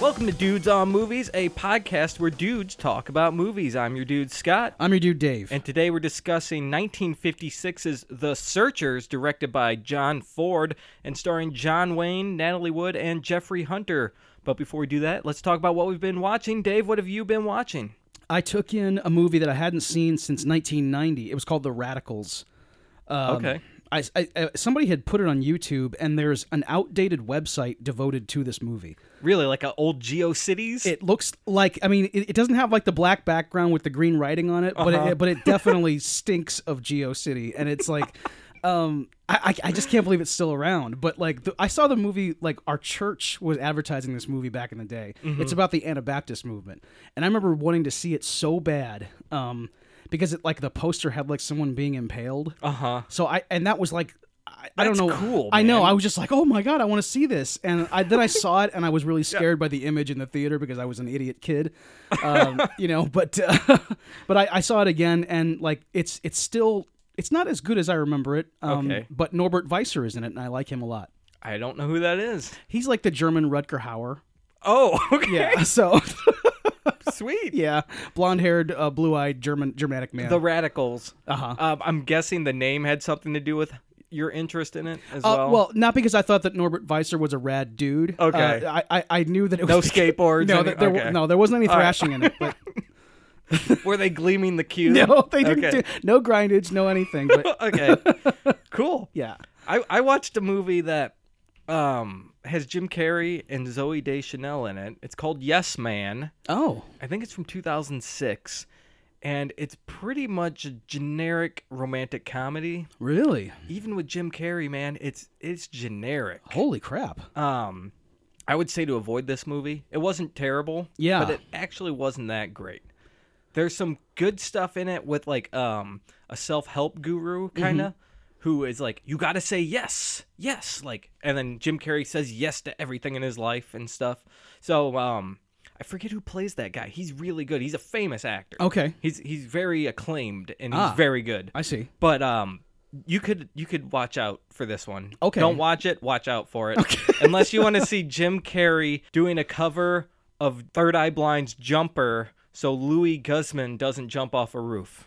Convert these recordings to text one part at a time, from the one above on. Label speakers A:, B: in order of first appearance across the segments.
A: welcome to Dudes on Movies, a podcast where dudes talk about movies. I'm your dude, Scott.
B: I'm your dude, Dave.
A: And today we're discussing 1956's The Searchers, directed by John Ford and starring John Wayne, Natalie Wood, and Jeffrey Hunter. But before we do that, let's talk about what we've been watching. Dave, what have you been watching?
B: I took in a movie that I hadn't seen since 1990. It was called The Radicals. Um,
A: Okay.
B: I, I- I- somebody had put it on YouTube, and there's an outdated website devoted to this movie.
A: Really, like a old GeoCities?
B: It looks like, I mean, it, it doesn't have like the black background with the green writing on it, but it, but it definitely stinks of GeoCity, and it's like. Um, I, I I just can't believe it's still around. But like, the, I saw the movie. Like, our church was advertising this movie back in the day. It's about the Anabaptist movement, and I remember wanting to see it so bad. Um, because it like the poster had like someone being impaled.
A: Uh huh.
B: So I and that was like I, I don't
A: That's
B: know.
A: cool,
B: I know.
A: man.
B: I was just like, oh my god, I want to see this. And I then I saw it, and I was really scared by the image in the theater because I was an idiot kid, um, you know. But uh, but I, I saw it again, and like it's it's still it's not as good as I remember it. Um,
A: Okay.
B: But Norbert Weiser is in it, and I like him a lot.
A: I don't know who that is.
B: He's like the German Rutger Hauer.
A: Oh, okay.
B: Yeah. So
A: Sweet.
B: yeah, blonde haired, uh, blue eyed German Germanic man.
A: The Radicals.
B: Uh-huh.
A: Um, I'm guessing the name had something to do with your interest in it as
B: Uh,
A: well.
B: well, not because I thought that Norbert Weiser was a rad dude.
A: Okay.
B: Uh, I, I I knew that it was
A: No skateboards,
B: no,
A: any-
B: that there,
A: okay.
B: no, there wasn't any
A: right.
B: thrashing in it. But
A: Were they gleaming the cue?
B: no, they didn't
A: Okay.
B: do no grindage, no anything. But
A: okay. Cool.
B: yeah,
A: I, I watched a movie that um, has Jim Carrey and Zoe Deschanel in it. It's called Yes Man.
B: oh,
A: I think it's from 2006. And it's pretty much a generic romantic comedy.
B: really?
A: Even with Jim Carrey, man, it's it's generic.
B: Holy crap!
A: Um, I would say to avoid this movie. It wasn't terrible,
B: Yeah.
A: but it actually wasn't that great. There's some good stuff in it with like um a self help guru
B: Mm-hmm.
A: kind of who is like you got to say yes, yes, like, and then Jim Carrey says yes to everything in his life and stuff. So um, I forget who plays that guy. He's really good. He's a famous actor.
B: Okay,
A: He's he's very acclaimed and he's
B: Ah.
A: very good.
B: I see.
A: But um, you could you could watch out for this one.
B: Okay.
A: Don't watch it. Watch out for it. Unless you want to see Jim Carrey doing a cover of Third Eye Blind's Jumper, so Louis Guzman doesn't jump off a roof.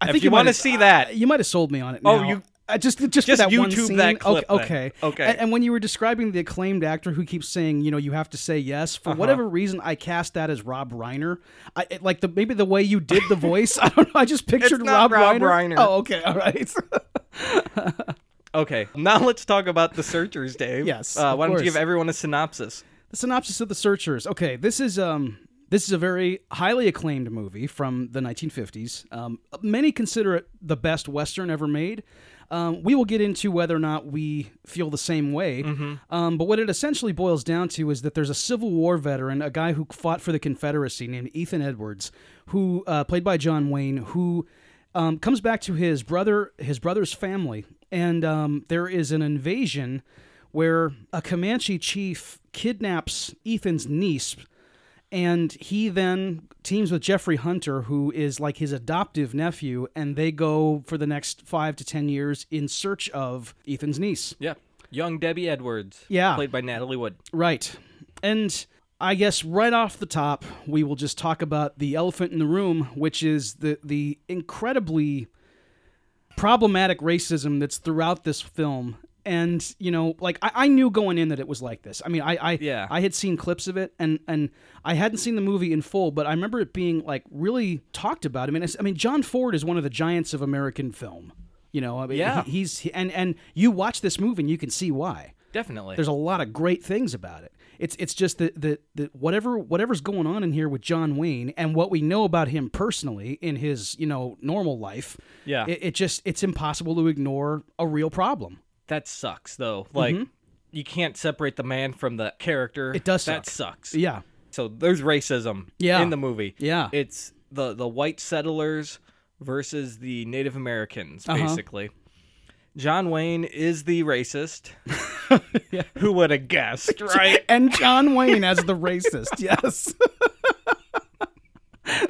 B: I
A: If you
B: might
A: want to
B: have-
A: see
B: uh,
A: that,
B: you might have sold me on it.
A: Oh,
B: now.
A: you-
B: I just just, for
A: Just
B: that one
A: YouTube
B: scene?
A: that clip
B: Okay,
A: then.
B: okay.
A: Okay.
B: And, and when you were describing the acclaimed actor who keeps saying, you know, you have to say yes for
A: Uh-huh.
B: whatever reason, I cast that as Rob Reiner. I it, like the maybe the way you did the voice. I don't know. I just pictured
A: not
B: Rob,
A: Rob Reiner.
B: Reiner. Oh, okay, all right.
A: okay. Now let's talk about the Searchers, Dave.
B: Yes,
A: Uh,
B: of
A: why don't you
B: course.
A: give everyone a synopsis?
B: the synopsis of the searchers okay this is um this is a very highly acclaimed movie from the 1950s um, many consider it the best western ever made um, we will get into whether or not we feel the same way um, but what it essentially boils down to is that there's a civil war veteran a guy who fought for the confederacy named ethan edwards who uh, played by john wayne who um, comes back to his brother his brother's family and um, there is an invasion where a Comanche chief kidnaps Ethan's niece, and he then teams with Jeffrey Hunter, who is like his adoptive nephew, and they go for the next five to ten years in search of Ethan's niece.
A: Yeah. Young Debbie Edwards.
B: Yeah.
A: Played by Natalie Wood.
B: Right. And I guess right off the top, we will just talk about the elephant in the room, which is the the incredibly problematic racism that's throughout this film. And you know, like I, I knew going in that it was like this. I mean, I I,
A: Yeah.
B: I had seen clips of it, and and I hadn't seen the movie in full, but I remember it being like really talked about. I mean, it's, I mean, John Ford is one of the giants of American film. You know, I mean,
A: Yeah.
B: he- he's he, and and you watch this movie and you can see why
A: Definitely.
B: there's a lot of great things about it. It's it's just that that that whatever whatever's going on in here with John Wayne and what we know about him personally in his you know normal life,
A: Yeah.
B: it, it just it's impossible to ignore a real problem.
A: that sucks though. Like you can't separate the man from the character. It
B: Mm-hmm. does
A: That sucks.
B: Yeah,
A: So there's racism
B: Yeah.
A: in the movie.
B: Yeah.
A: It's the the white settlers versus the Native Americans
B: Uh-huh.
A: basically. John Wayne is the racist. Who would have guessed, right?
B: and John Wayne as the racist. Yes,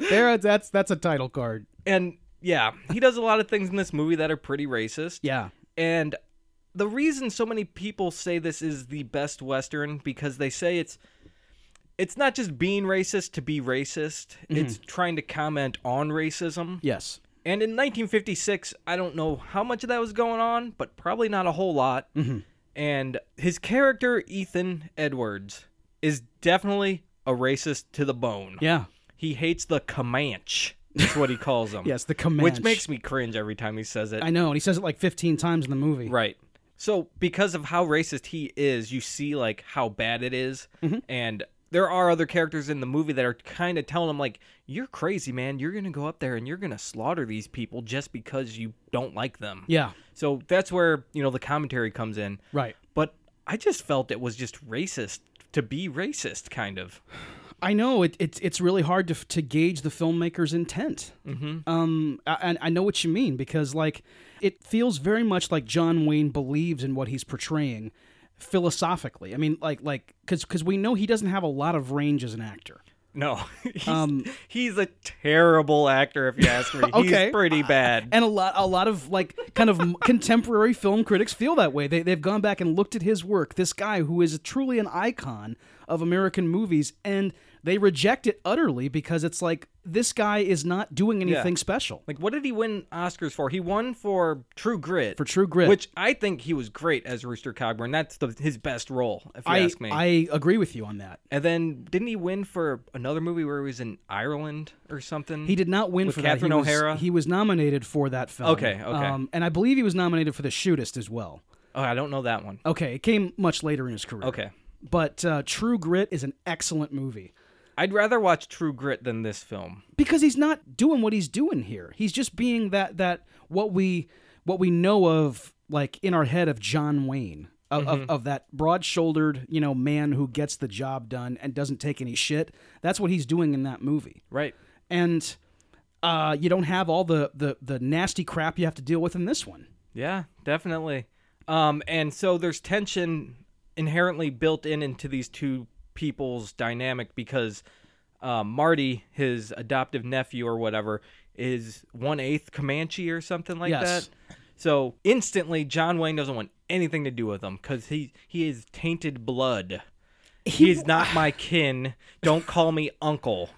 B: there that's that's a title card.
A: and yeah, he does a lot of things in this movie that are pretty racist.
B: Yeah,
A: And the reason so many people say this is the best western because they say it's it's not just being racist to be racist.
B: Mm-hmm.
A: It's trying to comment on racism.
B: Yes.
A: And in 1956, I don't know how much of that was going on, but probably not a whole lot.
B: Mm-hmm.
A: And his character Ethan Edwards is definitely a racist to the bone.
B: Yeah.
A: He hates the Comanche. That's what he calls them.
B: Yes, the Comanche.
A: Which makes me cringe every time he says it.
B: I know, and he says it like 15 times in the movie.
A: Right. So because of how racist he is, you see like how bad it is.
B: Mm-hmm.
A: and there are other characters in the movie that are kind of telling him like, "You're crazy, man. You're gonna go up there and you're gonna slaughter these people just because you don't like them."
B: Yeah.
A: So that's where you know the commentary comes in.
B: Right.
A: But I just felt it was just racist to be racist, kind of.
B: I know it, it, it's really hard to, to gauge the filmmaker's intent. Mm-hmm. Um, I- and I know what you mean because like it feels very much like John Wayne believes in what he's portraying philosophically. I mean, like like because because we know he doesn't have a lot of range as an actor.
A: No, he's, he's a terrible actor if you ask me.
B: Um, Okay.
A: He's pretty bad.
B: And a lot, a lot of like kind of contemporary film critics feel that way. They, they've gone back and looked at his work, this guy who is truly an icon of American movies, and they reject it utterly because it's like this guy is not doing anything special.
A: Like, what did he win Oscars for? He won for True Grit. For
B: True Grit.
A: Which I think he was great as Rooster Cogburn. That's the, his best role, if you
B: I,
A: ask me.
B: I agree with you on that.
A: and then didn't he win for another movie where he was in Ireland or something?
B: He did not win
A: With
B: for
A: Catherine
B: that. He was-
A: O'Hara?
B: he was nominated for that film.
A: Okay, okay.
B: Um, and I believe he was nominated for The Shootist as well.
A: Oh, I don't know that one.
B: Okay, it came much later in his career.
A: Okay.
B: But uh, True Grit is an excellent movie
A: I'd rather watch True Grit than this film.
B: because he's not doing what he's doing here. He's just being that that what we what we know of like in our head of John Wayne. Of,
A: Mm-hmm.
B: of, of that broad-shouldered, you know, man who gets the job done and doesn't take any shit. That's what he's doing in that movie.
A: Right.
B: and uh, you don't have all the, the the nasty crap you have to deal with in this one.
A: Yeah, definitely. Um, and so there's tension inherently built in into these two people's dynamic because uh, Marty, his adoptive nephew or whatever, is one eighth Comanche or something like
B: Yes.
A: that. So instantly, John Wayne doesn't want anything to do with him because he he is tainted blood. He's not my kin. Don't call me uncle.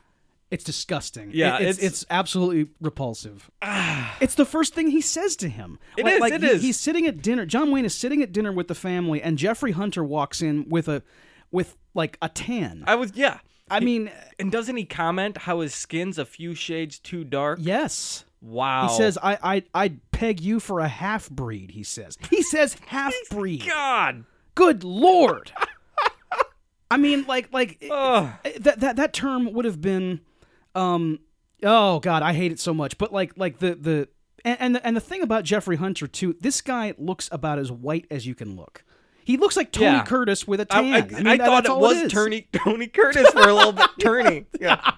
B: It's disgusting.
A: Yeah,
B: It- it's, it's
A: it's-
B: absolutely repulsive. it's the first thing he says to him. It is.
A: is,
B: Like
A: it
B: he-
A: is.
B: He's sitting at dinner. John Wayne is sitting at dinner with the family, and Jeffrey Hunter walks in with a with like a tan. I,
A: I was yeah.
B: mean,
A: And doesn't he comment how his skin's a few shades too dark?
B: yes.
A: Wow.
B: He says, "I I I'd peg you for a half breed." He says. He says half breed.
A: God.
B: Good lord. I mean, like like
A: Ugh.
B: that that that term would have been um oh god i hate it so much but like like the the and and the, and the thing about jeffrey hunter too this guy looks about as white as you can look he looks like tony
A: Yeah.
B: curtis with a
A: I,
B: tan
A: I-
B: mean,
A: I
B: that-
A: thought
B: that's
A: it
B: all
A: was
B: is.
A: Tony Tony Curtis for a little bit. Tony, yeah.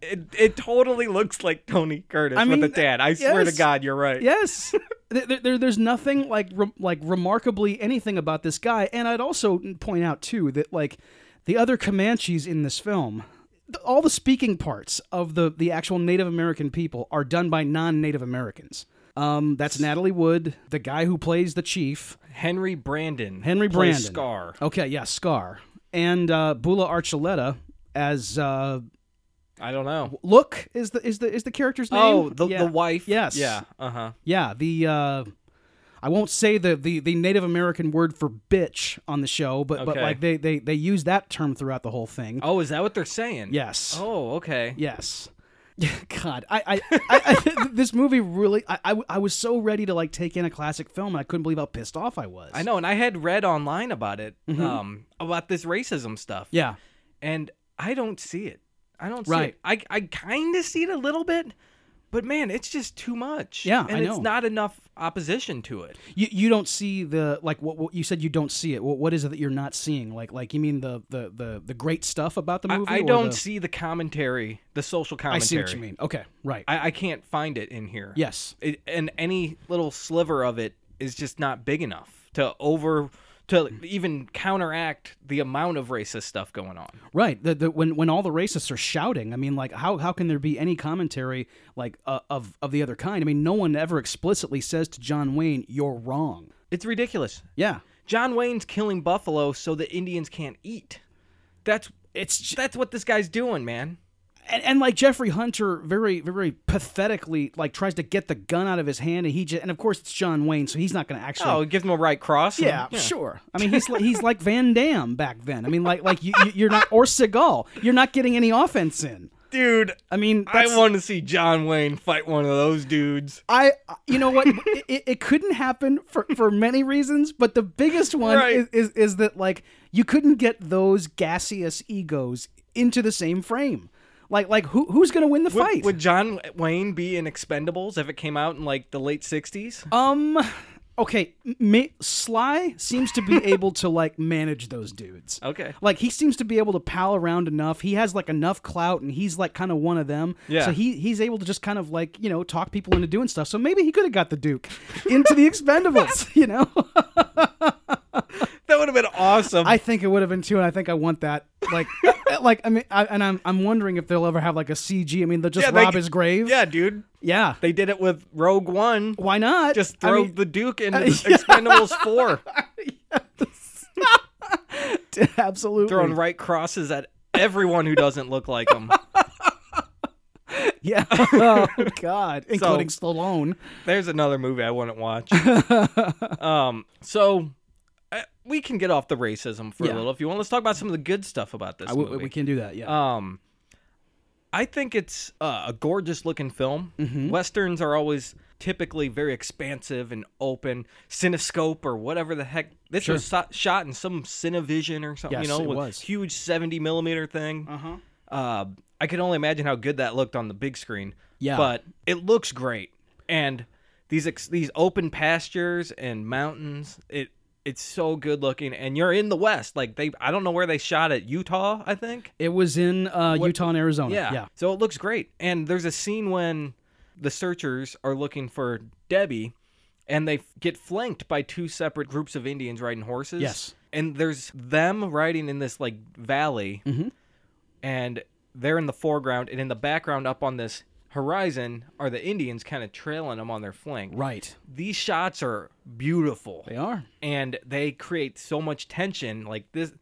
A: it, it totally looks like Tony Curtis
B: mean,
A: with a dad. I swear to
B: yes.
A: God, you're right.
B: yes there, there- there, there's nothing like re- like remarkably anything about this guy and i'd also point out too that like the other comanches in this film th- all the speaking parts of the the actual native american people are done by non-native americans um, that's Natalie Wood, the guy who plays the chief.
A: Henry Brandon.
B: Henry
A: plays
B: Brandon.
A: Scar.
B: Okay, yeah, Scar. And uh, Bula Archuleta as uh,
A: I don't know.
B: Look is the is the is the character's name.
A: Oh, the,
B: yeah.
A: the wife.
B: Yes.
A: Yeah. Uh huh.
B: Yeah, the uh I won't say the the, the Native American word for bitch on the show, but but
A: Okay.
B: like they, they they use that term throughout the whole thing.
A: Oh, is that what they're saying?
B: Yes.
A: Oh, okay.
B: Yes. God, I, I, I, I this movie really, I, I, I was so ready to like take in a classic film, and I couldn't believe how pissed off I was.
A: I know, and I had read online about it,
B: Mm-hmm.
A: um, about this racism stuff.
B: Yeah.
A: and I don't see it. I don't see
B: Right.
A: it. I I kind of see it a little bit, but man, it's just too much.
B: Yeah,
A: and
B: I
A: it's
B: know.
A: not enough opposition to it.
B: You, you don't see the like what, what you said you don't see it. What, what is it that you're not seeing? Like like you mean the the the, the great stuff about the
A: I-
B: movie?
A: I,
B: or
A: don't
B: the-
A: see the commentary, the social
B: I
A: commentary.
B: see what you mean. Okay, right.
A: I, I can't find it in here.
B: yes.
A: It, and any little sliver of it is just not big enough to over to even counteract the amount of racist stuff going on.
B: Right. The, the, when when all the racists are shouting, I mean, like how how can there be any commentary like uh, of of the other kind? I mean, no one ever explicitly says to John Wayne, "You're wrong."
A: It's ridiculous.
B: Yeah.
A: John Wayne's killing buffalo so the Indians can't eat. That's
B: It's j-
A: that's what this guy's doing, man.
B: and, and like Jeffrey Hunter very very pathetically like tries to get the gun out of his hand and he just and of course it's John Wayne so he's not going to actually
A: Oh, it gives him a right cross. and-
B: yeah, sure. I mean, he's like, he's like Van Damme back then. I mean, like like you, you- you're not or Seagal. You're not getting any offense in.
A: dude.
B: I mean, that's,
A: I want to see John Wayne fight one of those dudes.
B: I you know what it, it- it couldn't happen for, for many reasons, but the biggest one
A: Right.
B: is, is is that like you couldn't get those gaseous egos into the same frame. Like like who who's gonna win the
A: Would-
B: fight?
A: Would John Wayne be in Expendables if it came out in like the late '60s?
B: um, okay, ma- Sly seems to be able to like manage those dudes.
A: okay.
B: Like he seems to be able to pal around enough. He has like enough clout, and he's like kind of one of them.
A: Yeah.
B: So he he's able to just kind of like you know talk people into doing stuff. So maybe he could have got the Duke into the Expendables. You know,
A: That would have been awesome.
B: I think it would have been too, and I think I want that. Like, uh, like I mean, I, and I'm I'm wondering if they'll ever have like a CG. I mean, they'll just
A: Yeah, they-
B: rob his grave.
A: yeah, dude.
B: Yeah.
A: They did it with Rogue One.
B: Why not?
A: Just
B: I
A: throw
B: mean,
A: the Duke in Expendables 4,
B: absolutely.
A: throwing right crosses at everyone who doesn't look like him.
B: Yeah. oh God, including Stallone.
A: There's another movie I wouldn't watch. um, so uh, we can get off the racism for a
B: Yeah.
A: little if you want. Let's talk about some of the good stuff about this
B: I,
A: movie.
B: we, we can do that. Yeah.
A: Um, I think it's uh, a gorgeous looking film.
B: Mm-hmm.
A: Westerns are always typically very expansive and open. Cinescope or whatever the heck. This was so- shot in some Cinevision or something. you
B: Yes,
A: know,
B: it
A: with
B: was.
A: huge seventy millimeter thing. Uh-huh. I can only imagine how good that looked on the big screen.
B: Yeah.
A: but it looks great, and these ex- these open pastures and mountains. It it's so good looking, and you're in the West. Like they, I don't know where they shot it. Utah, I think.
B: it was in uh, Utah and Arizona.
A: Yeah.
B: Yeah.
A: So it looks great. And there's a scene when the searchers are looking for Debbie and they f- get flanked by two separate groups of Indians riding horses.
B: Yes.
A: And there's them riding in this like valley and they're in the foreground and in the background up on this horizon are the Indians kind of trailing them on their flank.
B: Right.
A: These shots are beautiful
B: They are.
A: and they create so much tension. Like this,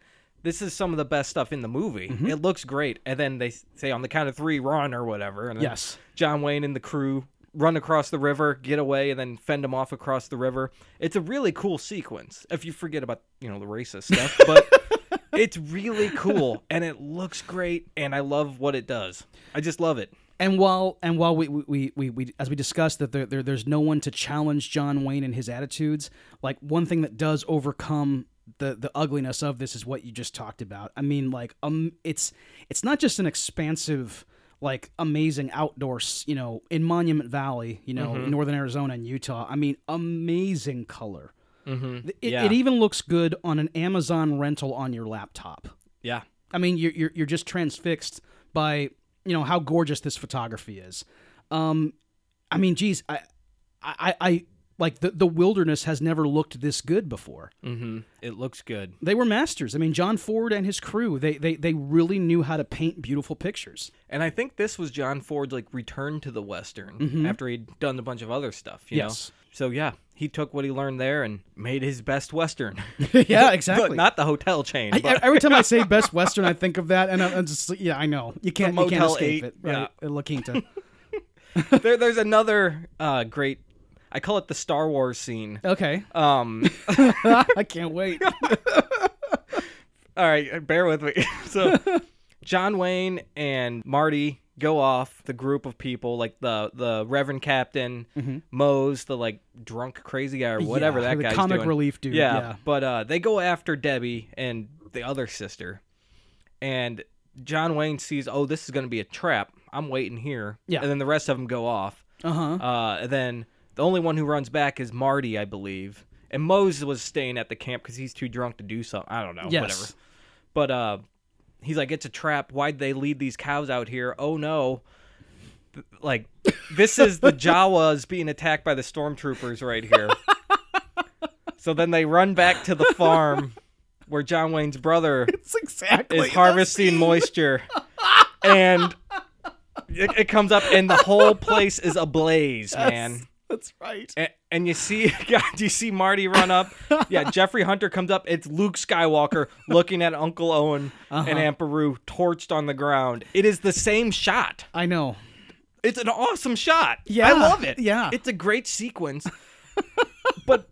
A: this is some of the best stuff in the movie. It looks great, and then they s- say on the count of three, run or whatever. And then
B: Yes.
A: John Wayne and the crew run across the river, get away, and then fend them off across the river. It's a really cool sequence. If you forget about you know the racist stuff, but it's really cool and it looks great, and I love what it does. I just love it.
B: And while and while we we, we, we, we as we discussed that there, there there's no one to challenge John Wayne and his attitudes, like one thing that does overcome the the ugliness of this is what you just talked about. I mean, like um, it's it's not just an expansive like amazing outdoors, you know, in Monument Valley, you know, northern Arizona and Utah. I mean, amazing color. Mm-hmm. It,
A: Yeah.
B: it even looks good on an Amazon rental on your laptop.
A: Yeah,
B: I mean, you're, you're you're just transfixed by you know how gorgeous this photography is. Um, I mean, geez, I, I, I- I like the the wilderness has never looked this good before.
A: mm-hmm. it looks good.
B: They were masters. I mean, John Ford and his crew they they they really knew how to paint beautiful pictures.
A: And I think this was John Ford's like return to the western after he'd done a bunch of other stuff. You
B: Mm-hmm. Yes.
A: Know? So yeah, he took what he learned there and made his best western.
B: yeah,
A: but
B: exactly.
A: not the hotel chain.
B: I-
A: but-
B: every time I say Best Western, I think of that, and I'm just like, yeah, I know you can't you can't
A: Motel 8,
B: escape it. Right? La Quinta.
A: there, there's another uh, great. I call it the Star Wars scene.
B: Okay,
A: Um,
B: I can't wait.
A: all right, uh, bear with me. so, John Wayne and Marty go off the group of people like the the Reverend Captain, Mose, the like drunk crazy guy or whatever
B: Mm-hmm. Yeah,
A: that
B: the
A: guy's
B: comic
A: doing.
B: relief dude.
A: Yeah,
B: yeah.
A: but uh, they go after Debbie and the other sister, and John Wayne sees, oh, this is going to be a trap. I'm waiting here.
B: Yeah.
A: and then the rest of them go off.
B: Uh-huh.
A: Uh, and then the only one who runs back is Marty, I believe. And Mose was staying at the camp because he's too drunk to do something. I don't know.
B: Yes.
A: Whatever. But uh, he's like, it's a trap. Why'd they lead these cows out here? Oh no. Th- Like, this is the Jawas being attacked by the stormtroopers right here. so then they run back to the farm where John Wayne's brother
B: It's exactly
A: is harvesting moisture and it, it comes up and the whole place is ablaze man
B: That's That's right.
A: and, and you see God, you see Marty run up. Yeah, Jeffrey Hunter comes up. It's Luke Skywalker looking at Uncle Owen
B: Uh-huh.
A: and Aunt Beru torched on the ground. It is the same shot.
B: I know.
A: It's an awesome shot.
B: Yeah,
A: I love it.
B: yeah.
A: It's a great sequence. but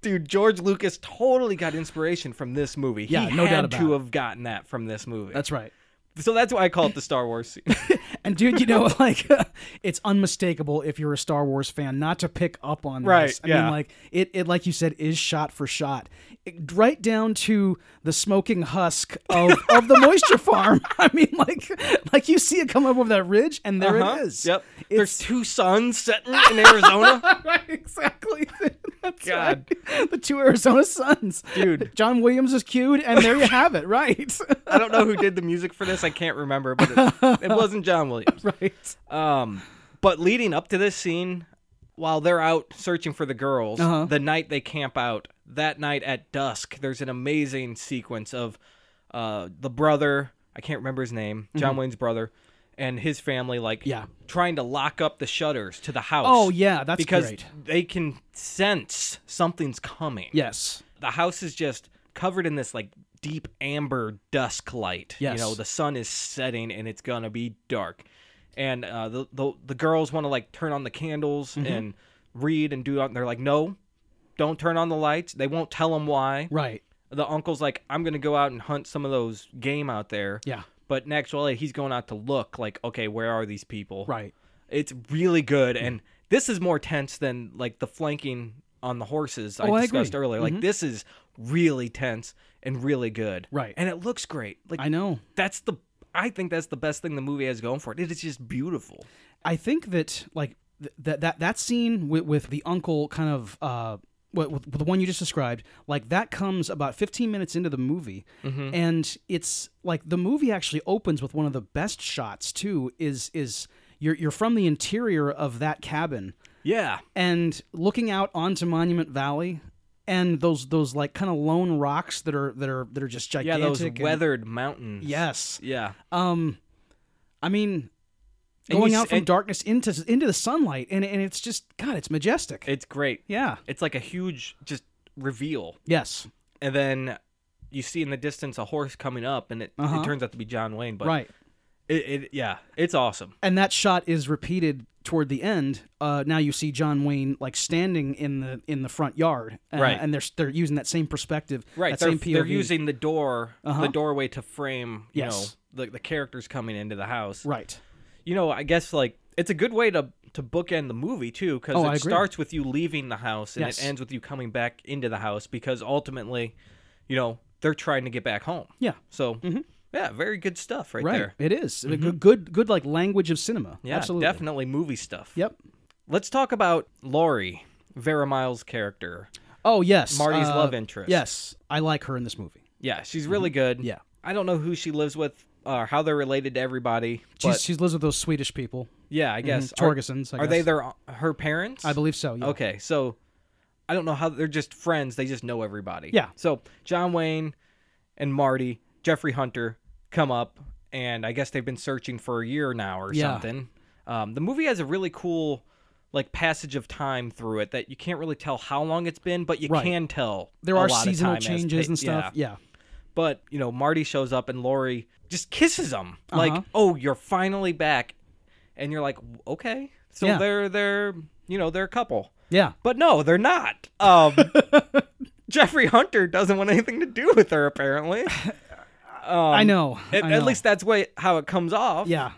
A: dude, George Lucas totally got inspiration from this movie.
B: Yeah,
A: he
B: no
A: had
B: doubt about
A: to
B: it.
A: have gotten that from this movie.
B: That's right.
A: so that's why I call it the Star Wars scene.
B: And dude, you know, like it's unmistakable if you're a Star Wars fan not to pick up on this.
A: Right,
B: I mean,
A: yeah.
B: like it, it, like you said, is shot for shot, It- right down to the smoking husk of, of the moisture farm. I mean, like, like you see it come up over that ridge, and there it
A: Huh?
B: is.
A: Uh-huh. Yep. There's
B: It's
A: two suns setting in Arizona.
B: right, exactly. That's
A: God.
B: right. the two Arizona Suns,
A: Dude.
B: John Williams is cued, and there you have it. Right,
A: I don't know who did the music for this. I can't remember, but it, it wasn't John Williams.
B: right.
A: Um, but leading up to this scene, while they're out searching for the girls,
B: Uh-huh.
A: the night they camp out, that night at dusk, there's an amazing sequence of uh, the brother, I can't remember his name, John Wayne's brother, and his family, like,
B: Mm-hmm. Yeah.
A: trying to lock up the shutters to the house.
B: Oh yeah, that's
A: Because
B: great.
A: they can sense something's coming.
B: Yes.
A: the house is just covered in this like deep amber dusk light.
B: Yes.
A: You know, the sun is setting and it's gonna be dark. And uh, the, the the girls want to like turn on the candles
B: Mm-hmm.
A: and read and do. And they're like, no, don't turn on the lights. They won't tell them why.
B: Right.
A: The uncle's like, I'm gonna go out and hunt some of those game out there.
B: Yeah.
A: But in actuality, he's going out to look like, okay, where are these people?
B: Right.
A: It's really good,
B: Hmm.
A: and this is more tense than like the flanking on the horses
B: Oh, I
A: I discussed
B: agree.
A: earlier. Like this is really tense and really good,
B: Right.
A: And it looks great. Like
B: I know.
A: that's the I think that's the best thing the movie has going for it. It is just beautiful.
B: I think that like th- that that that scene with, with the uncle kind of uh with, with the one you just described like that comes about 15 minutes into the movie
A: Mm-hmm.
B: and it's like the movie actually opens with one of the best shots too is is you're you're from the interior of that cabin
A: Yeah,
B: and looking out onto Monument Valley and those those like kind of lone rocks that are that are that are just
A: yeah.
B: gigantic
A: Those
B: and-
A: weathered mountains.
B: yes
A: yeah.
B: um i mean
A: And you
B: going
A: s-
B: out from
A: and-
B: darkness into into the sunlight and and it's just god it's majestic
A: It's great.
B: yeah
A: It's like a huge just reveal,
B: yes
A: and then you see in the distance a horse coming up, and it,
B: Uh-huh.
A: it turns out to be John Wayne. But
B: right
A: it, it yeah, it's awesome.
B: and that shot is repeated toward the end uh now you see john wayne like standing in the in the front yard uh,
A: Right.
B: and they're they're using that same perspective
A: Right.
B: that
A: They're,
B: same POV.
A: they're using the door, the doorway to frame, you
B: Uh-huh. Yes.
A: know, the, the characters coming into the house.
B: right
A: You know, I guess like it's a good way to to bookend the movie too because
B: Oh, I
A: it
B: agree.
A: starts with you leaving the house and
B: Yes.
A: it ends with you coming back into the house because ultimately, you know, they're trying to get back home.
B: yeah
A: So, yeah, very good stuff right,
B: Mm-hmm. right
A: there. Mm-hmm.
B: it is. good good good like language of cinema
A: Yeah,
B: absolutely
A: definitely movie stuff.
B: yep
A: Let's talk about Laurie, Vera Miles' character.
B: oh yes
A: Marty's
B: uh,
A: love interest.
B: yes i like her in this movie
A: Yeah, she's really good.
B: Mm-hmm. Yeah.
A: I don't know who she lives with or how they're related to everybody.
B: she's
A: but-
B: she lives with those swedish people
A: Yeah, I guess Are-
B: Torgesons, Mm-hmm. I
A: Are, they
B: guess.
A: their her parents?
B: i believe so yeah
A: Okay, so I don't know how they're just friends. They just know everybody.
B: Yeah.
A: So John Wayne and Marty, Jeffrey Hunter come up, and I guess they've been searching for a year now or
B: Yeah.
A: something. Um, the movie has a really cool like passage of time through it that you can't really tell how long it's been, but you
B: Right.
A: can tell
B: there
A: a
B: are
A: lot of
B: seasonal
A: time has
B: changes
A: pa-
B: and stuff.
A: Yeah.
B: Yeah.
A: But you know, Marty shows up and Lori just kisses him,
B: Uh-huh.
A: like, "Oh, you're finally back," and you're like, "Okay." So
B: Yeah.
A: they're they're you know they're a couple,
B: yeah,
A: but no, they're not. Um, Jeffrey Hunter doesn't want anything to do with her apparently.
B: I know.
A: Um, At,
B: I
A: at
B: know.
A: least that's way how it comes off.
B: Yeah,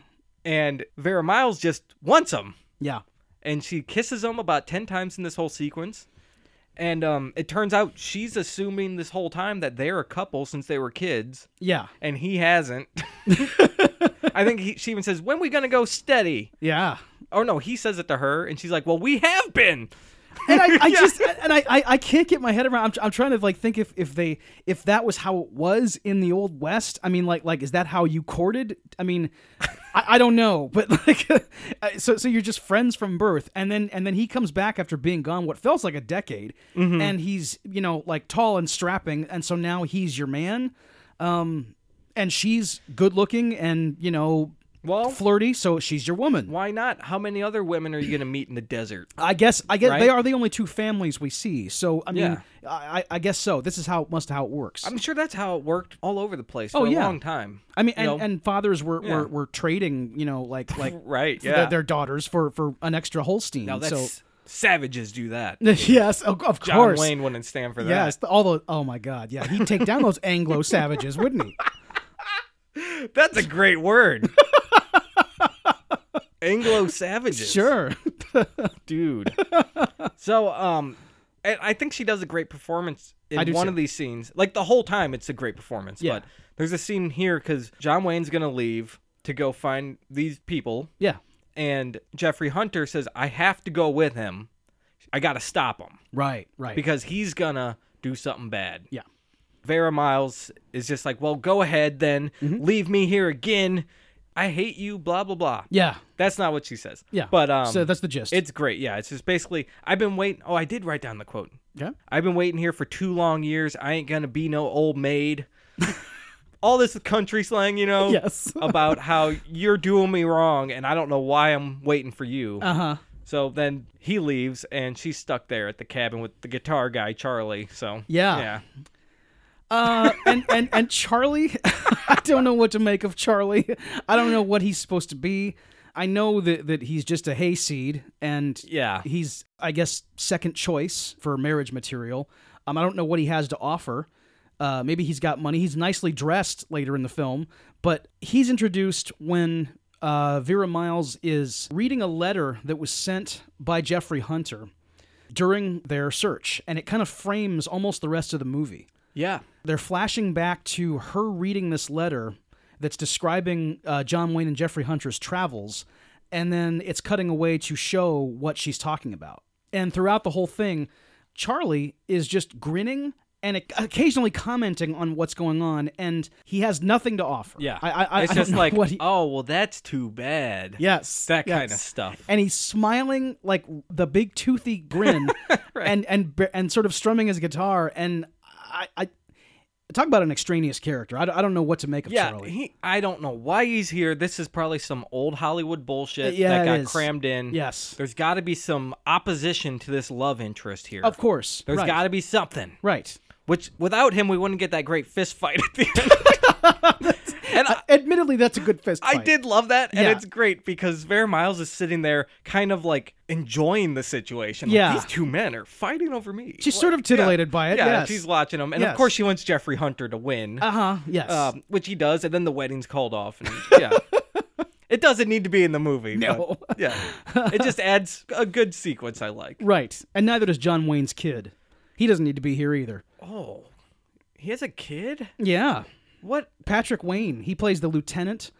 A: And Vera Miles just wants him,
B: yeah,
A: and she kisses him about ten times in this whole sequence. And um, it turns out she's assuming this whole time that they're a couple since they were kids
B: yeah,
A: and he hasn't. I think he, she even says, "When we gonna go steady?"
B: yeah.
A: Oh no, he says it to her, and she's like, "Well, we have been."
B: And I, I
A: Yeah.
B: just and I, I, I can't get my head around. I'm, tr- I'm trying to like think if if they if that was how it was in the old west. I mean, like like is that how you courted? I mean, I, I don't know, but like I- so so you're just friends from birth, and then and then he comes back after being gone what feels like a decade,
A: Mm-hmm.
B: and he's you know like tall and strapping, and so now he's your man. Um, and she's good looking and you know
A: Well,
B: flirty, so she's your woman.
A: why not? How many other women are you gonna meet in the desert?
B: I guess I guess they
A: Right?
B: are the only two families we see. So I mean,
A: Yeah.
B: I, I- I guess so. This is how it must how it works.
A: I'm sure that's how it worked all over the place for
B: Oh,
A: a
B: yeah.
A: long time.
B: I mean, and,
A: you know?
B: and fathers were,
A: Yeah.
B: were were trading, you know, like like
A: Right,
B: their-
A: yeah.
B: their, daughters for for an extra Holstein.
A: Now
B: so
A: that's savages do that.
B: yes, of, of
A: John
B: course.
A: Wayne wouldn't stand for that.
B: Yes, the- all the oh my god, yeah, he'd take down those Anglo savages, wouldn't he?
A: That's a great word. Anglo savages.
B: Sure.
A: Dude. So, um, and I think she does a great performance in
B: I do
A: one
B: too.
A: of these scenes. Like the whole time, it's a great performance.
B: Yeah.
A: But there's a scene here because John Wayne's going to leave to go find these people.
B: yeah.
A: And Jeffrey Hunter says, I have to go with him. I got to stop him
B: Right. Right.
A: because he's going to do something bad.
B: yeah.
A: Vera Miles is just like, well, go ahead then.
B: Mm-hmm.
A: Leave me here again. I hate you, blah, blah, blah.
B: Yeah.
A: That's not what she says.
B: Yeah.
A: But um,
B: so that's the gist.
A: it's great. Yeah. It's just basically, I've been waiting. Oh, I did write down the quote.
B: yeah.
A: I've been waiting here for two long years. I ain't going to be no old maid. All this country slang, you know,
B: Yes.
A: about how you're doing me wrong and I don't know why I'm waiting for you.
B: Uh huh.
A: So then he leaves and she's stuck there at the cabin with the guitar guy, Charlie. So,
B: Yeah.
A: Yeah.
B: Uh, and and and Charlie, I don't know what to make of Charlie. I don't know what he's supposed to be. I know that that he's just a hayseed, and
A: Yeah.
B: he's I guess second choice for marriage material. Um, I don't know what he has to offer. Uh, maybe he's got money. He's nicely dressed later in the film, but he's introduced when uh, Vera Miles is reading a letter that was sent by Jeffrey Hunter during their search, and it kind of frames almost the rest of the movie
A: Yeah.
B: they're flashing back to her reading this letter that's describing uh, John Wayne and Jeffrey Hunter's travels, and then it's cutting away to show what she's talking about. And throughout the whole thing, Charlie is just grinning and oc- occasionally commenting on what's going on, and he has nothing to offer.
A: Yeah,
B: I, I, I,
A: it's
B: I don't
A: just
B: know
A: like,
B: what he,
A: oh well, that's too bad.
B: yes,
A: that
B: yes.
A: kind of stuff.
B: And he's smiling like the big toothy grin, and and and sort of strumming his guitar. And I, I talk about an extraneous character. I, don't- I don't know what to make of
A: Yeah,
B: Charlie.
A: he, I don't know why he's here. This is probably some old Hollywood bullshit
B: Yeah,
A: that
B: it
A: got
B: is.
A: crammed in.
B: Yes.
A: there's got to be some opposition to this love interest here.
B: of course,
A: There's
B: right,
A: got to be something.
B: right.
A: Which without him, we wouldn't get that great fist fight at the end. and I,
B: Admittedly, that's a good fist.
A: Uh, I
B: fight.
A: did love that, and
B: Yeah.
A: it's great because Vera Miles is sitting there, kind of like enjoying the situation. Like,
B: Yeah.
A: these two men are fighting over me.
B: She's
A: Like,
B: sort of titillated by it.
A: Yeah,
B: yes.
A: she's watching him, and
B: Yes.
A: of course she wants Jeffrey Hunter to win,
B: uh huh. Yes.
A: um, which he does, and then the wedding's called off. And, yeah, it doesn't need to be in the movie.
B: No.
A: but, yeah, it just adds a good sequence I like.
B: right. And neither does John Wayne's kid. He doesn't need to be here either.
A: Oh, he has a kid.
B: Yeah.
A: What?
B: Patrick Wayne. He plays the lieutenant.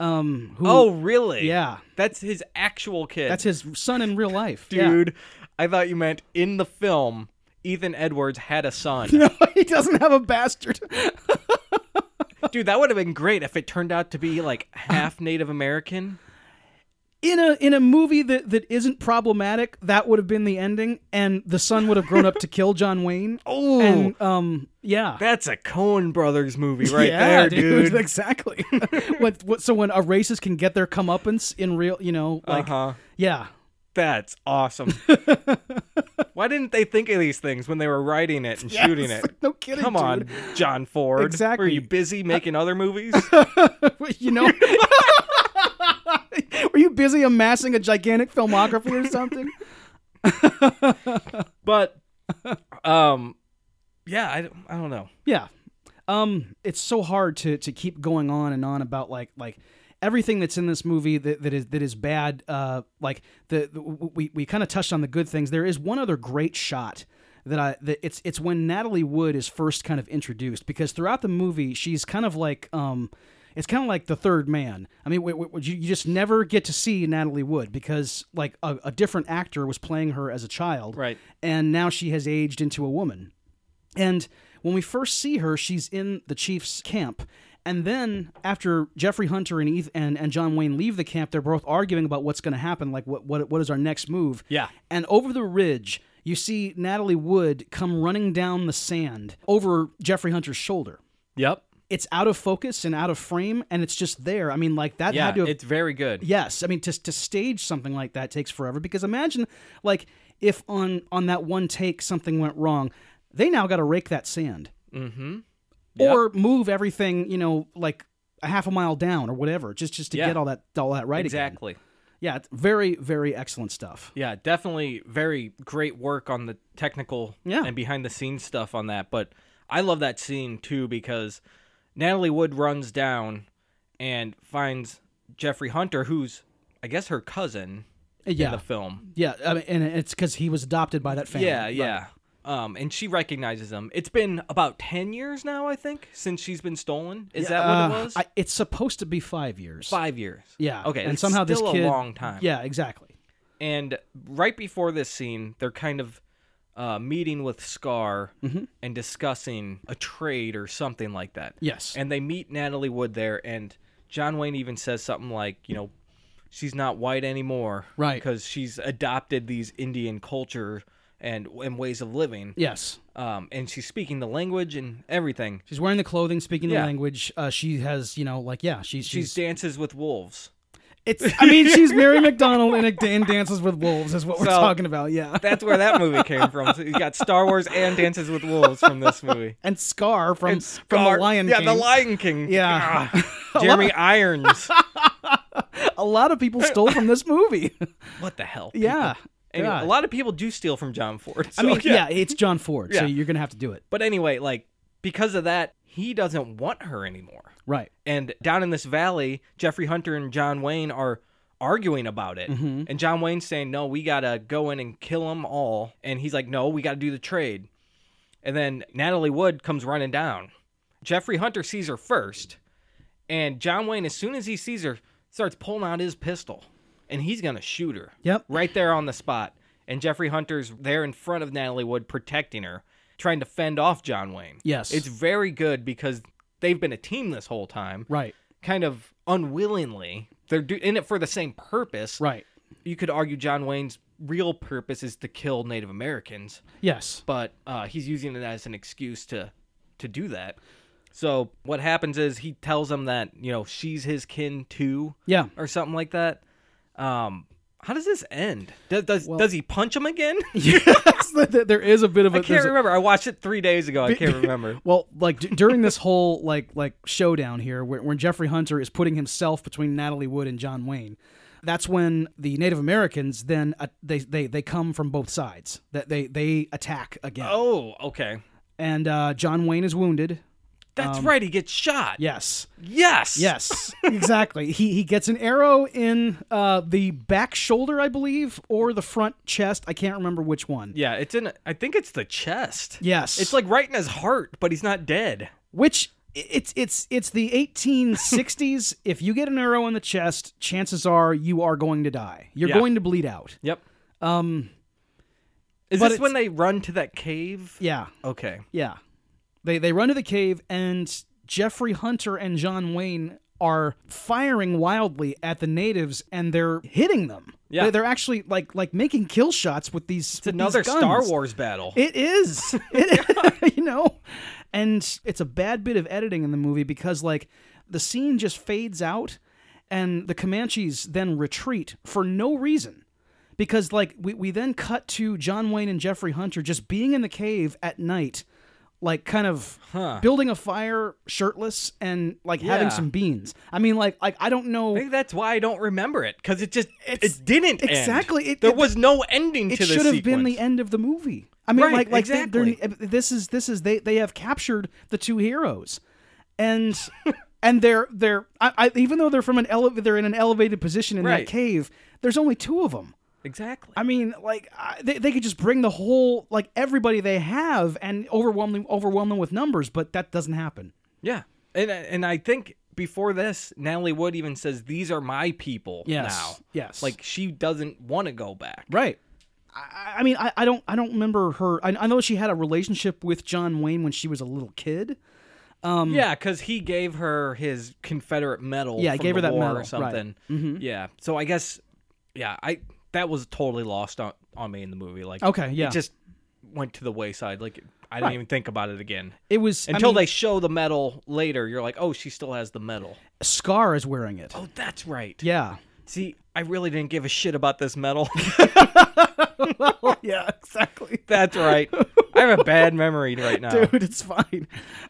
B: Um. Who,
A: Oh, really?
B: Yeah.
A: that's his actual kid.
B: That's his son in real life. Yeah.
A: dude. I thought you meant in the film. Ethan Edwards had a son.
B: he doesn't have a bastard.
A: Dude, that would have been great if it turned out to be like half Native American.
B: In a in a movie that, that isn't problematic, that would have been the ending, and the son would have grown up to kill John Wayne.
A: Oh,
B: And um, yeah.
A: that's a Coen Brothers movie right
B: yeah,
A: there, dude.
B: Exactly. when, what, so when a racist can get their comeuppance in real, you know, like
A: uh-huh.
B: yeah,
A: That's awesome. Why didn't they think of these things when they were writing it and shooting
B: Yes,
A: it?
B: No kidding.
A: Come on,
B: dude.
A: John Ford. Were
B: Exactly.
A: you busy making other movies?
B: you know. Were you busy amassing a gigantic filmography or something?
A: but um yeah, I, don't- I don't know.
B: Yeah. Um, it's so hard to to keep going on and on about like like everything that's in this movie that, that is that is bad. Uh, like the, the we we kind of touched on the good things. There is one other great shot that I that it's it's when Natalie Wood is first kind of introduced because throughout the movie she's kind of like um. It's kind of like the third man. I mean, w- w- you you just never get to see Natalie Wood because, like, a, a different actor was playing her as a child,
A: Right.
B: And now she has aged into a woman. And when we first see her, she's in the Chiefs' camp. And then after Jeffrey Hunter and Eth- and, and John Wayne leave the camp, they're both arguing about what's going to happen, like what, what what is our next move.
A: Yeah.
B: And over the ridge, you see Natalie Wood come running down the sand over Jeffrey Hunter's shoulder.
A: Yep.
B: it's out of focus and out of frame, and it's just there. I mean, like that
A: Yeah,
B: had to have
A: it's very good.
B: Yes, I mean to to stage something like that takes forever because imagine like if on on that one take something went wrong, they now got to rake that sand
A: Mm-hmm.
B: or move everything, you know, like a half a mile down or whatever, just just to
A: Yeah.
B: get all that all that right again.
A: exactly.
B: Yeah, it's very very excellent stuff.
A: Yeah, definitely very great work on the technical
B: Yeah.
A: and behind the scenes stuff on that. But I love that scene too because Natalie Wood runs down and finds Jeffrey Hunter, who's I guess her cousin in
B: Yeah.
A: the film.
B: Yeah, I mean, and it's because he was adopted by that family.
A: Yeah,
B: Right.
A: yeah. Um, and she recognizes him. It's been about ten years now, I think, since she's been stolen. Is that what
B: Uh,
A: it was?
B: I, it's supposed to be five years.
A: Five years.
B: Yeah.
A: Okay.
B: And
A: it's
B: somehow
A: still
B: this kid.
A: a long time.
B: Yeah. Exactly.
A: And right before this scene, they're kind of uh, meeting with Scar
B: Mm-hmm.
A: and discussing a trade or something like that.
B: Yes.
A: And they meet Natalie Wood there, and John Wayne even says something like, you know, she's not white anymore,
B: Right.
A: Because she's adopted these Indian culture and and ways of living,
B: yes.
A: um, and she's speaking the language and everything.
B: She's wearing the clothing, speaking the
A: Yeah.
B: language. Uh, she has, you know, like yeah, she's
A: She
B: she's.
A: dances with wolves.
B: It's. I mean, she's Mary McDonald in a Dan Dances with Wolves is what we're
A: So-
B: talking about. Yeah.
A: That's where that movie came from. So you got Star Wars and Dances with Wolves from this movie.
B: and Scar from from
A: Scar-
B: the Lion
A: yeah,
B: King.
A: the Lion King.
B: Yeah.
A: Ah, Jeremy Irons.
B: a lot of people stole from this movie.
A: what the hell? people?
B: yeah.
A: Anyway,
B: God.
A: a lot of people do steal from John Ford. so,
B: I mean, yeah. it's John Ford, so
A: Yeah.
B: you're gonna have to do it.
A: But anyway, like because of that, he doesn't want her anymore.
B: Right.
A: And down in this valley, Jeffrey Hunter and John Wayne are arguing about it. And John Wayne's saying, "No, we got to go in and kill them all." And he's like, "No, we got to do the trade." And then Natalie Wood comes running down. Jeffrey Hunter sees her first, and John Wayne as soon as he sees her starts pulling out his pistol and he's going to shoot her.
B: Yep.
A: Right there on the spot. And Jeffrey Hunter's there in front of Natalie Wood protecting her, trying to fend off John Wayne.
B: Yes.
A: It's very good because they've been a team this whole time.
B: Right.
A: Kind of unwillingly. They're do- in it for the same purpose.
B: Right.
A: You could argue John Wayne's real purpose is to kill Native Americans,
B: Yes.
A: but uh, he's using it as an excuse to to do that. So what happens is he tells them that you know she's his kin too,
B: Yeah.
A: or something like that. Um, how does this end? Does does, does he punch him again?
B: yes. There there is a bit of
A: I
B: a. there's
A: can't
B: a-
A: remember. I watched it three days ago. I can't remember.
B: Well, like d- during this whole like like showdown here, where, when Jeffrey Hunter is putting himself between Natalie Wood and John Wayne, that's when the Native Americans then uh, they they they come from both sides. That they they attack again,
A: Oh, okay.
B: and uh, John Wayne is wounded.
A: That's right. He gets shot.
B: Yes,
A: Yes.
B: yes, exactly. He he gets an arrow in uh, the back shoulder, I believe, or the front chest. I can't remember which one.
A: Yeah. It's in. I think it's the chest.
B: Yes,
A: It's like right in his heart, but he's not dead.
B: which it's it's it's the 1860s if you get an arrow in the chest chances are you are going to die you're
A: Yeah.
B: going to bleed out
A: Yep. Um. Is
B: but
A: this
B: it's-
A: when they run to that cave?
B: yeah
A: Okay.
B: yeah they they run to the cave and jeffrey hunter and john wayne are firing wildly at the natives and they're hitting them
A: Yeah.
B: They- they're actually like like making kill shots with these
A: It's another Star Wars battle.
B: It is. It, you know? And it's a bad bit of editing in the movie because, like, the scene just fades out and the Comanches then retreat for no reason. Because, like, we, we then cut to John Wayne and Jeffrey Hunter just being in the cave at night, like, kind of building a fire shirtless and, like,
A: Yeah.
B: having some beans. I mean, like, like I don't know.
A: I think that's why I don't remember it because it just
B: It's-
A: it didn't end.
B: exactly, it-
A: there
B: it-
A: was no ending
B: it
A: to the
B: should have been the
A: sequence.
B: end of the movie. I mean,
A: Right,
B: like, like they- they're- uh, this is this is they they have captured the two heroes, and and they're they're I, I, even though they're from an ele- they're in an elevated position in that
A: Right.
B: cave. There's only two of them.
A: exactly.
B: I mean, like I, they they could just bring the whole like everybody they have and overwhelm them overwhelm them with numbers, but that doesn't happen.
A: yeah, and and I think before this, Natalie Wood even says these are my people
B: Yes.
A: now.
B: Yes.
A: like she doesn't want to go back.
B: Right. I, I mean, I, I don't I don't remember her. I, I know she had a relationship with John Wayne when she was a little kid.
A: Yeah, because he gave her his Confederate medal.
B: Yeah, he
A: from
B: gave her
A: the
B: that
A: war
B: medal,
A: or
B: right. Mm-hmm.
A: something. Yeah, so I guess, yeah, I that was totally lost on, on me in the movie. Like,
B: Okay, yeah.
A: it just went to the wayside. Like, I didn't even think about it again.
B: It was
A: Until
B: I mean,
A: they show the medal later, you're like, oh, she still has the medal.
B: Scar is wearing it.
A: Oh, that's right.
B: Yeah.
A: See, I really didn't give a shit about this medal.
B: yeah, exactly.
A: that's right. I have a bad memory right now.
B: Dude, it's fine.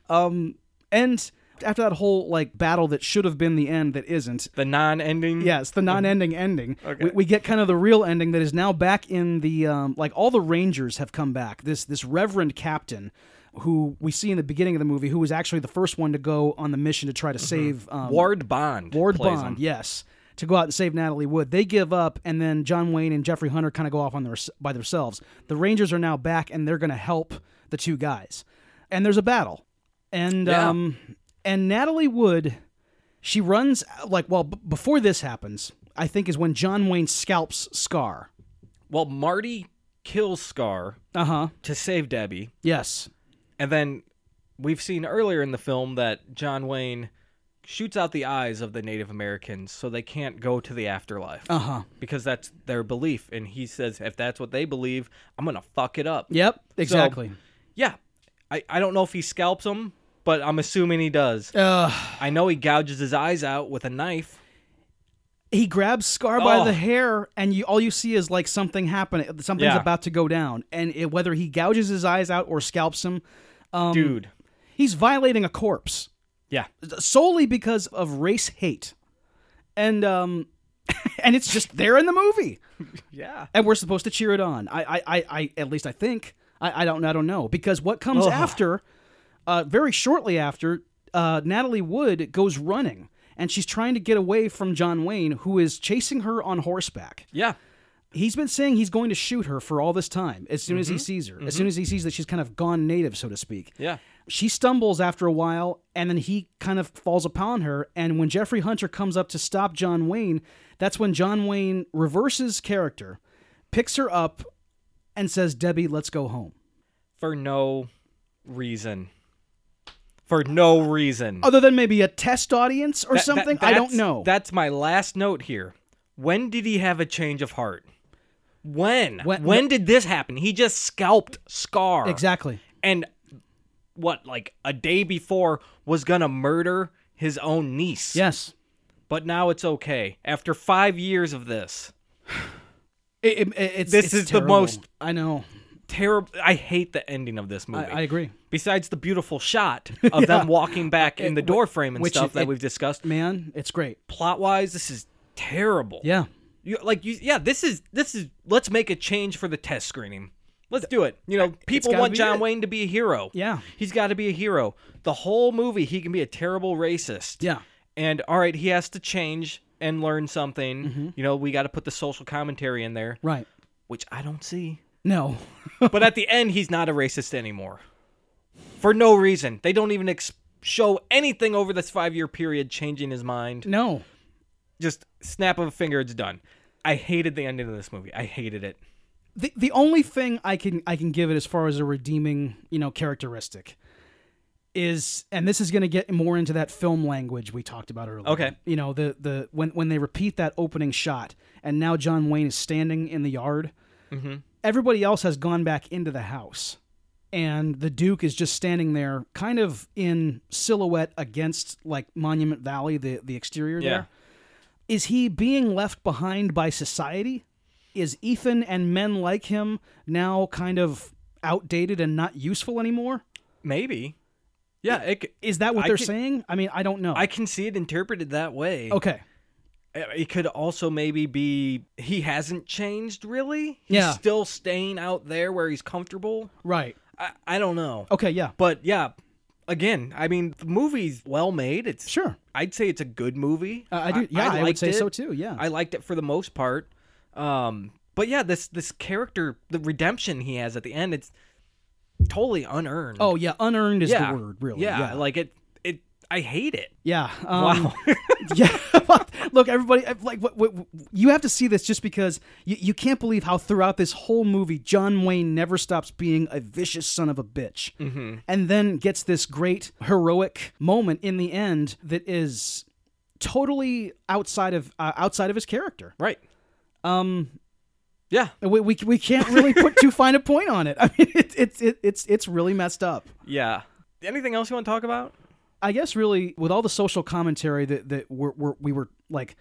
B: Um and after that whole like battle that should have been the end that isn't,
A: The non-ending.
B: Yes, the non-ending ending. We, we get kind of the real ending that is now back in the um, like all the Rangers have come back. This this Reverend Captain, who we see in the beginning of the movie, who was actually the first one to go on the mission to try to save um,
A: Ward Bond.
B: Ward
A: plays
B: Bond.
A: him.
B: Yes, to go out and save Natalie Wood. They give up, and then John Wayne and Jeffrey Hunter kind of go off on their by themselves. The Rangers are now back, and they're going to help the two guys. And there's a battle, and
A: Yeah.
B: um, and Natalie Wood, she runs uh, like well b- before this happens. I think is when John Wayne scalps Scar.
A: Well, Marty kills Scar
B: Uh huh.
A: to save Debbie,
B: Yes.
A: and then we've seen earlier in the film that John Wayne shoots out the eyes of the Native Americans so they can't go to the afterlife
B: Uh huh.
A: because that's their belief, and he says if that's what they believe, I'm gonna fuck it up.
B: Yep. Exactly.
A: Yeah, I I don't know if he scalps him, but I'm assuming he does.
B: uh,
A: I know he gouges his eyes out with a knife.
B: he grabs Scar by
A: Oh.
B: the hair, and you all you see is like something happening. Something's
A: Yeah.
B: about to go down, and it, whether he gouges his eyes out or scalps him,
A: Dude.
B: he's violating a corpse
A: Yeah.
B: solely because of race hate, and um, and it's just there in the movie,
A: Yeah.
B: and we're supposed to cheer it on. I I I, I at least I think I, I don't I don't know because what comes after, uh, very shortly after, uh, Natalie Wood goes running. And she's trying to get away from John Wayne, who is chasing her on horseback.
A: Yeah.
B: he's been saying he's going to shoot her for all this time as soon as he sees her as soon as he sees that she's kind of gone native so to speak
A: Yeah.
B: she stumbles after a while and then he kind of falls upon her and when jeffrey hunter comes up to stop john wayne that's when john wayne reverses character picks her up and says debbie let's go home
A: For no reason. For no reason.
B: other than maybe a test audience
A: That-
B: or
A: that-
B: something i don't
A: that's-
B: know
A: That's my last note here. When did he have a change of heart? When?
B: When-
A: When, did this happen? He just scalped Scar.
B: exactly
A: And what, like a day before, was going to murder his own niece.
B: yes
A: But now it's okay. After five years of this,
B: It- it- it's,
A: This
B: it's
A: is the
B: terrible.
A: most-
B: i know
A: terrible. I hate the ending of this movie.
B: I, I agree
A: Besides the beautiful shot of them walking back in the door frame and
B: which
A: stuff
B: it-
A: that
B: it-
A: we've discussed,
B: man it's great
A: plot wise, this is terrible.
B: yeah
A: You, like you, yeah. This is this is. Let's make a change for the test screening. Let's do it. You know, people
B: gotta
A: want
B: be
A: John
B: it.
A: Wayne to be a hero.
B: Yeah.
A: he's got to be a hero. The whole movie, he can be a terrible racist.
B: yeah
A: and all right, he has to change and learn something.
B: Mm-hmm.
A: You know, we got to put the social commentary in there,
B: right
A: which I don't see.
B: no
A: but at the end, he's not a racist anymore. For no reason. They don't even ex- show anything over this five year period changing his mind.
B: No.
A: Just snap of a finger, it's done. I hated the ending of this movie. I hated it.
B: The the only thing I can I can give it as far as a redeeming, you know, characteristic is and this is going to get more into that film language we talked about earlier.
A: Okay.
B: You know, the the when when they repeat that opening shot and now John Wayne is standing in the yard. Everybody else has gone back into the house. And the Duke is just standing there kind of in silhouette against like Monument Valley, the the exterior there. Is he being left behind by society? Is Ethan and men like him now kind of outdated and not useful anymore?
A: Maybe. Yeah, it, c-
B: Is that what
A: I
B: they're
A: can-
B: saying? I mean, I don't know.
A: I can see it interpreted that way. Uh,
B: okay.
A: It could also maybe be he hasn't changed really. He's
B: Yeah.
A: still staying out there where he's comfortable.
B: Right.
A: I, I don't know.
B: Okay, yeah.
A: But yeah, again, I mean, the movie's well made. It's
B: Sure.
A: I'd say it's a good movie.
B: Uh, I do yeah, I, would
A: liked
B: say
A: it.
B: so too. Yeah.
A: I liked it for the most part. Um, but yeah, this this character, the redemption he has at the end, it's totally unearned.
B: oh, yeah, unearned is
A: yeah,
B: the word, really.
A: Yeah,
B: Yeah.
A: like it. It. I hate it.
B: yeah. um,
A: wow.
B: yeah. Look, everybody, uh, like, what, what, you have to see this just because you, you can't believe how throughout this whole movie, John Wayne never stops being a vicious son of a bitch. Mm-hmm. And then gets this great heroic moment in the end that is totally outside of uh, outside of his character.
A: right. Yeah.
B: We, we, we can't really put too fine a point on it. I mean, it, it, it, it's it's really messed up.
A: Yeah. Anything else you want to talk about?
B: I guess really with all the social commentary that that we're, we're, we were like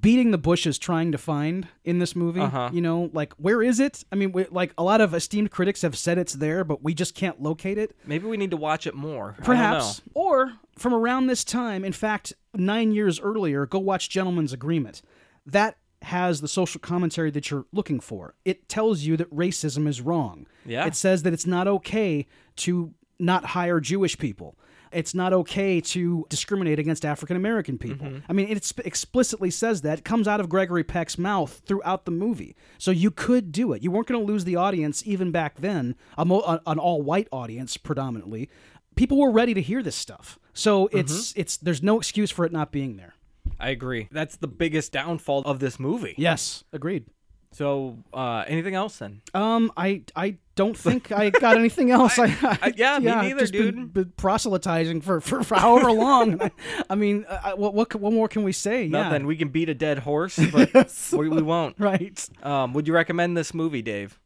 B: beating the bushes trying to find in this movie.
A: Uh-huh.
B: You know, like where is it? I mean, we, like a lot of esteemed critics have said it's there, but we just can't locate it.
A: Maybe we need to watch it more. I don't
B: Perhaps,
A: know.
B: or from around this time, in fact, nine years earlier, go watch Gentleman's Agreement. That has the social commentary that you're looking for. It tells you that racism is wrong.
A: Yeah.
B: It says that it's not okay to not hire Jewish people. It's not okay to discriminate against African American people. I mean, it exp- explicitly says that. It comes out of Gregory Peck's mouth throughout the movie. So you could do it. You weren't going to lose the audience even back then, a mo- a- an all white audience predominantly. People were ready to hear this stuff. So it's it's there's no excuse for it not being there.
A: I agree. That's the biggest downfall of this movie.
B: Yes, agreed.
A: So, uh, anything else then?
B: Um, I I don't think I got anything else. I,
A: I- yeah, me
B: I've
A: neither,
B: just Been,
A: dude.
B: been proselytizing for, for, for however long. I, I mean, uh, I- what what c- what more can we say?
A: Nothing. We can beat a dead horse, but we, we won't.
B: Yeah, right.
A: Um, would you recommend this movie, Dave?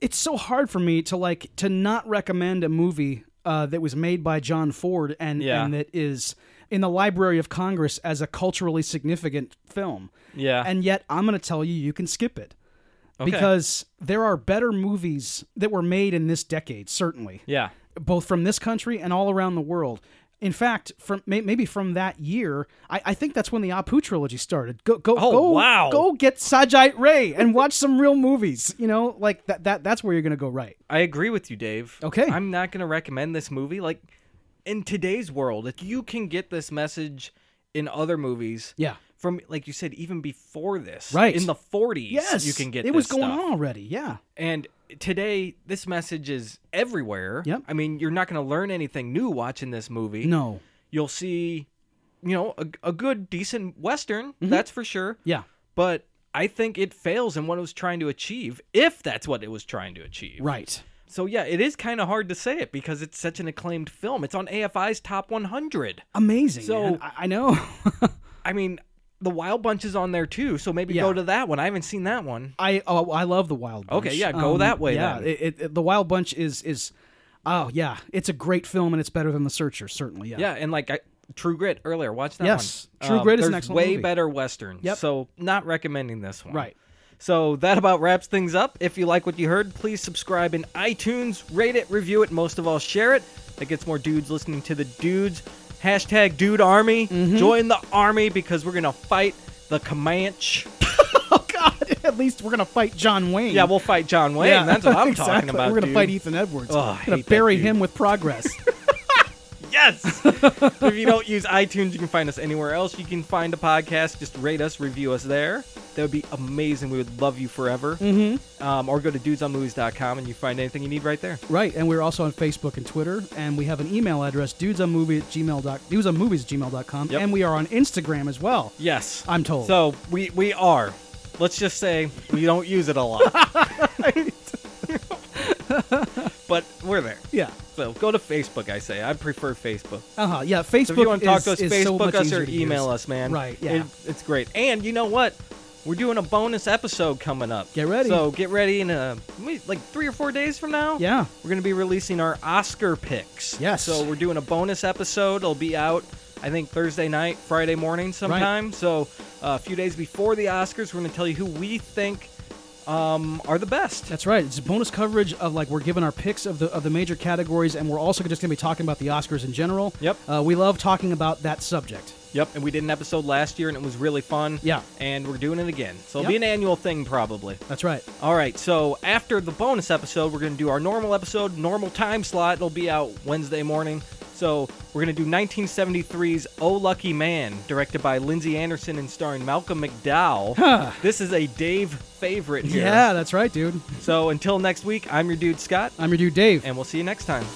B: It's so hard for me to like to not recommend a movie uh, that was made by John Ford and
A: Yeah.
B: and that is in the Library of Congress as a culturally significant film.
A: Yeah.
B: And yet, I'm going to tell you, you can skip it. Because there are better movies that were made in this decade, certainly.
A: yeah.
B: both from this country and all around the world. In fact, from may, maybe from that year, I, I think that's when the Apu trilogy started. Go go
A: Oh,
B: go
A: wow.
B: go get Sajite Ray and watch some real movies. You know, like that that that's where you're gonna go right.
A: I agree with you, Dave.
B: Okay.
A: I'm not going to recommend this movie. Like, in today's world, if you can get this message in other movies.
B: Yeah.
A: From, like you said, even before this.
B: Right.
A: In the 40s,
B: Yes,
A: you can get
B: it was
A: this
B: going
A: stuff.
B: on already. Yeah,
A: And today, this message is everywhere.
B: Yep.
A: I mean, you're not going to learn anything new watching this movie.
B: no,
A: You'll see, you know, a, a good, decent Western, that's for sure.
B: Mm-hmm. yeah,
A: But I think it fails in what it was trying to achieve, if that's what it was trying to achieve.
B: right.
A: So, yeah, it is kind of hard to say it because it's such an acclaimed film. It's on AFI's top 100.
B: Amazing.
A: So-
B: man. I, I know.
A: I mean, The Wild Bunch is on there too, so maybe
B: Yeah.
A: go to that one. I haven't seen that one.
B: I oh, I love the Wild Bunch. Um,
A: Okay, yeah, go that way
B: Yeah,
A: then.
B: It, it, it- the Wild Bunch is is oh yeah, it's a great film and it's better than The Searcher certainly. Yeah,
A: Yeah, and like I, True Grit earlier, watch that
B: Yes,
A: one. Um,
B: True Grit is an
A: there's
B: excellent
A: way
B: movie.
A: better western.
B: Yep.
A: So not recommending this one.
B: Right.
A: So that about wraps things up. If you like what you heard, please subscribe in iTunes, rate it, review it, most of all share it. That gets more dudes listening to the dudes. Hashtag dude army.
B: Mm-hmm.
A: Join the army because we're gonna fight the Comanche.
B: Oh God! At least we're gonna fight John Wayne.
A: Yeah, we'll fight John Wayne.
B: Yeah,
A: That's what I'm talking
B: exactly.
A: about.
B: We're gonna
A: dude.
B: fight Ethan Edwards.
A: Oh, I
B: we're gonna
A: hate that
B: bury
A: dude.
B: him with progress.
A: Yes. if you don't use iTunes, you can find us anywhere else. You can find a podcast. Just rate us, review us there. That would be amazing. We would love you forever. Mm-hmm. Um, or go to dudesonmovies.com and you find anything you need right there.
B: right, and we're also on Facebook and Twitter, and we have an email address, dudesonmovie at gmail dot dudesonmovies at gmail dot com,
A: Yep.
B: and we are on Instagram as well.
A: Yes.
B: I'm told.
A: So we we are. Let's just say we don't use it a lot. but we're there.
B: yeah.
A: So go to Facebook, I say. I prefer Facebook.
B: Uh huh. Yeah.
A: So
B: Facebook.
A: if you want to talk
B: is,
A: to us,
B: is
A: Facebook
B: so much
A: us
B: easier
A: or
B: to use.
A: email us, man.
B: Right, yeah.
A: It- it's great. And you know what? We're doing a bonus episode coming up.
B: Get ready.
A: So get ready in a, wait, like three or four days from now.
B: Yeah.
A: We're going to be releasing our Oscar picks.
B: Yes.
A: So we're doing a bonus episode. It'll be out, I think, Thursday night, Friday morning sometime. So uh, a few days before the Oscars, we're going to tell you who we think um, are the best.
B: That's right. It's bonus coverage of like we're giving our picks of the of the major categories, and we're also just going to be talking about the Oscars in general.
A: Yep.
B: Uh, we love talking about that subject.
A: Yep. And we did an episode last year and it was really fun.
B: Yeah.
A: And we're doing it again. So it'll
B: Yep.
A: be an annual thing probably.
B: That's right.
A: All right, so after the bonus episode, we're going to do our normal episode, normal time slot. It'll be out Wednesday morning. So we're going to do 1973's Oh Lucky Man, directed by Lindsay Anderson and starring Malcolm McDowell. This is a Dave favorite here.
B: Yeah, that's right, dude.
A: So until next week, I'm your dude, Scott,
B: I'm your dude, Dave.
A: and we'll see you next time.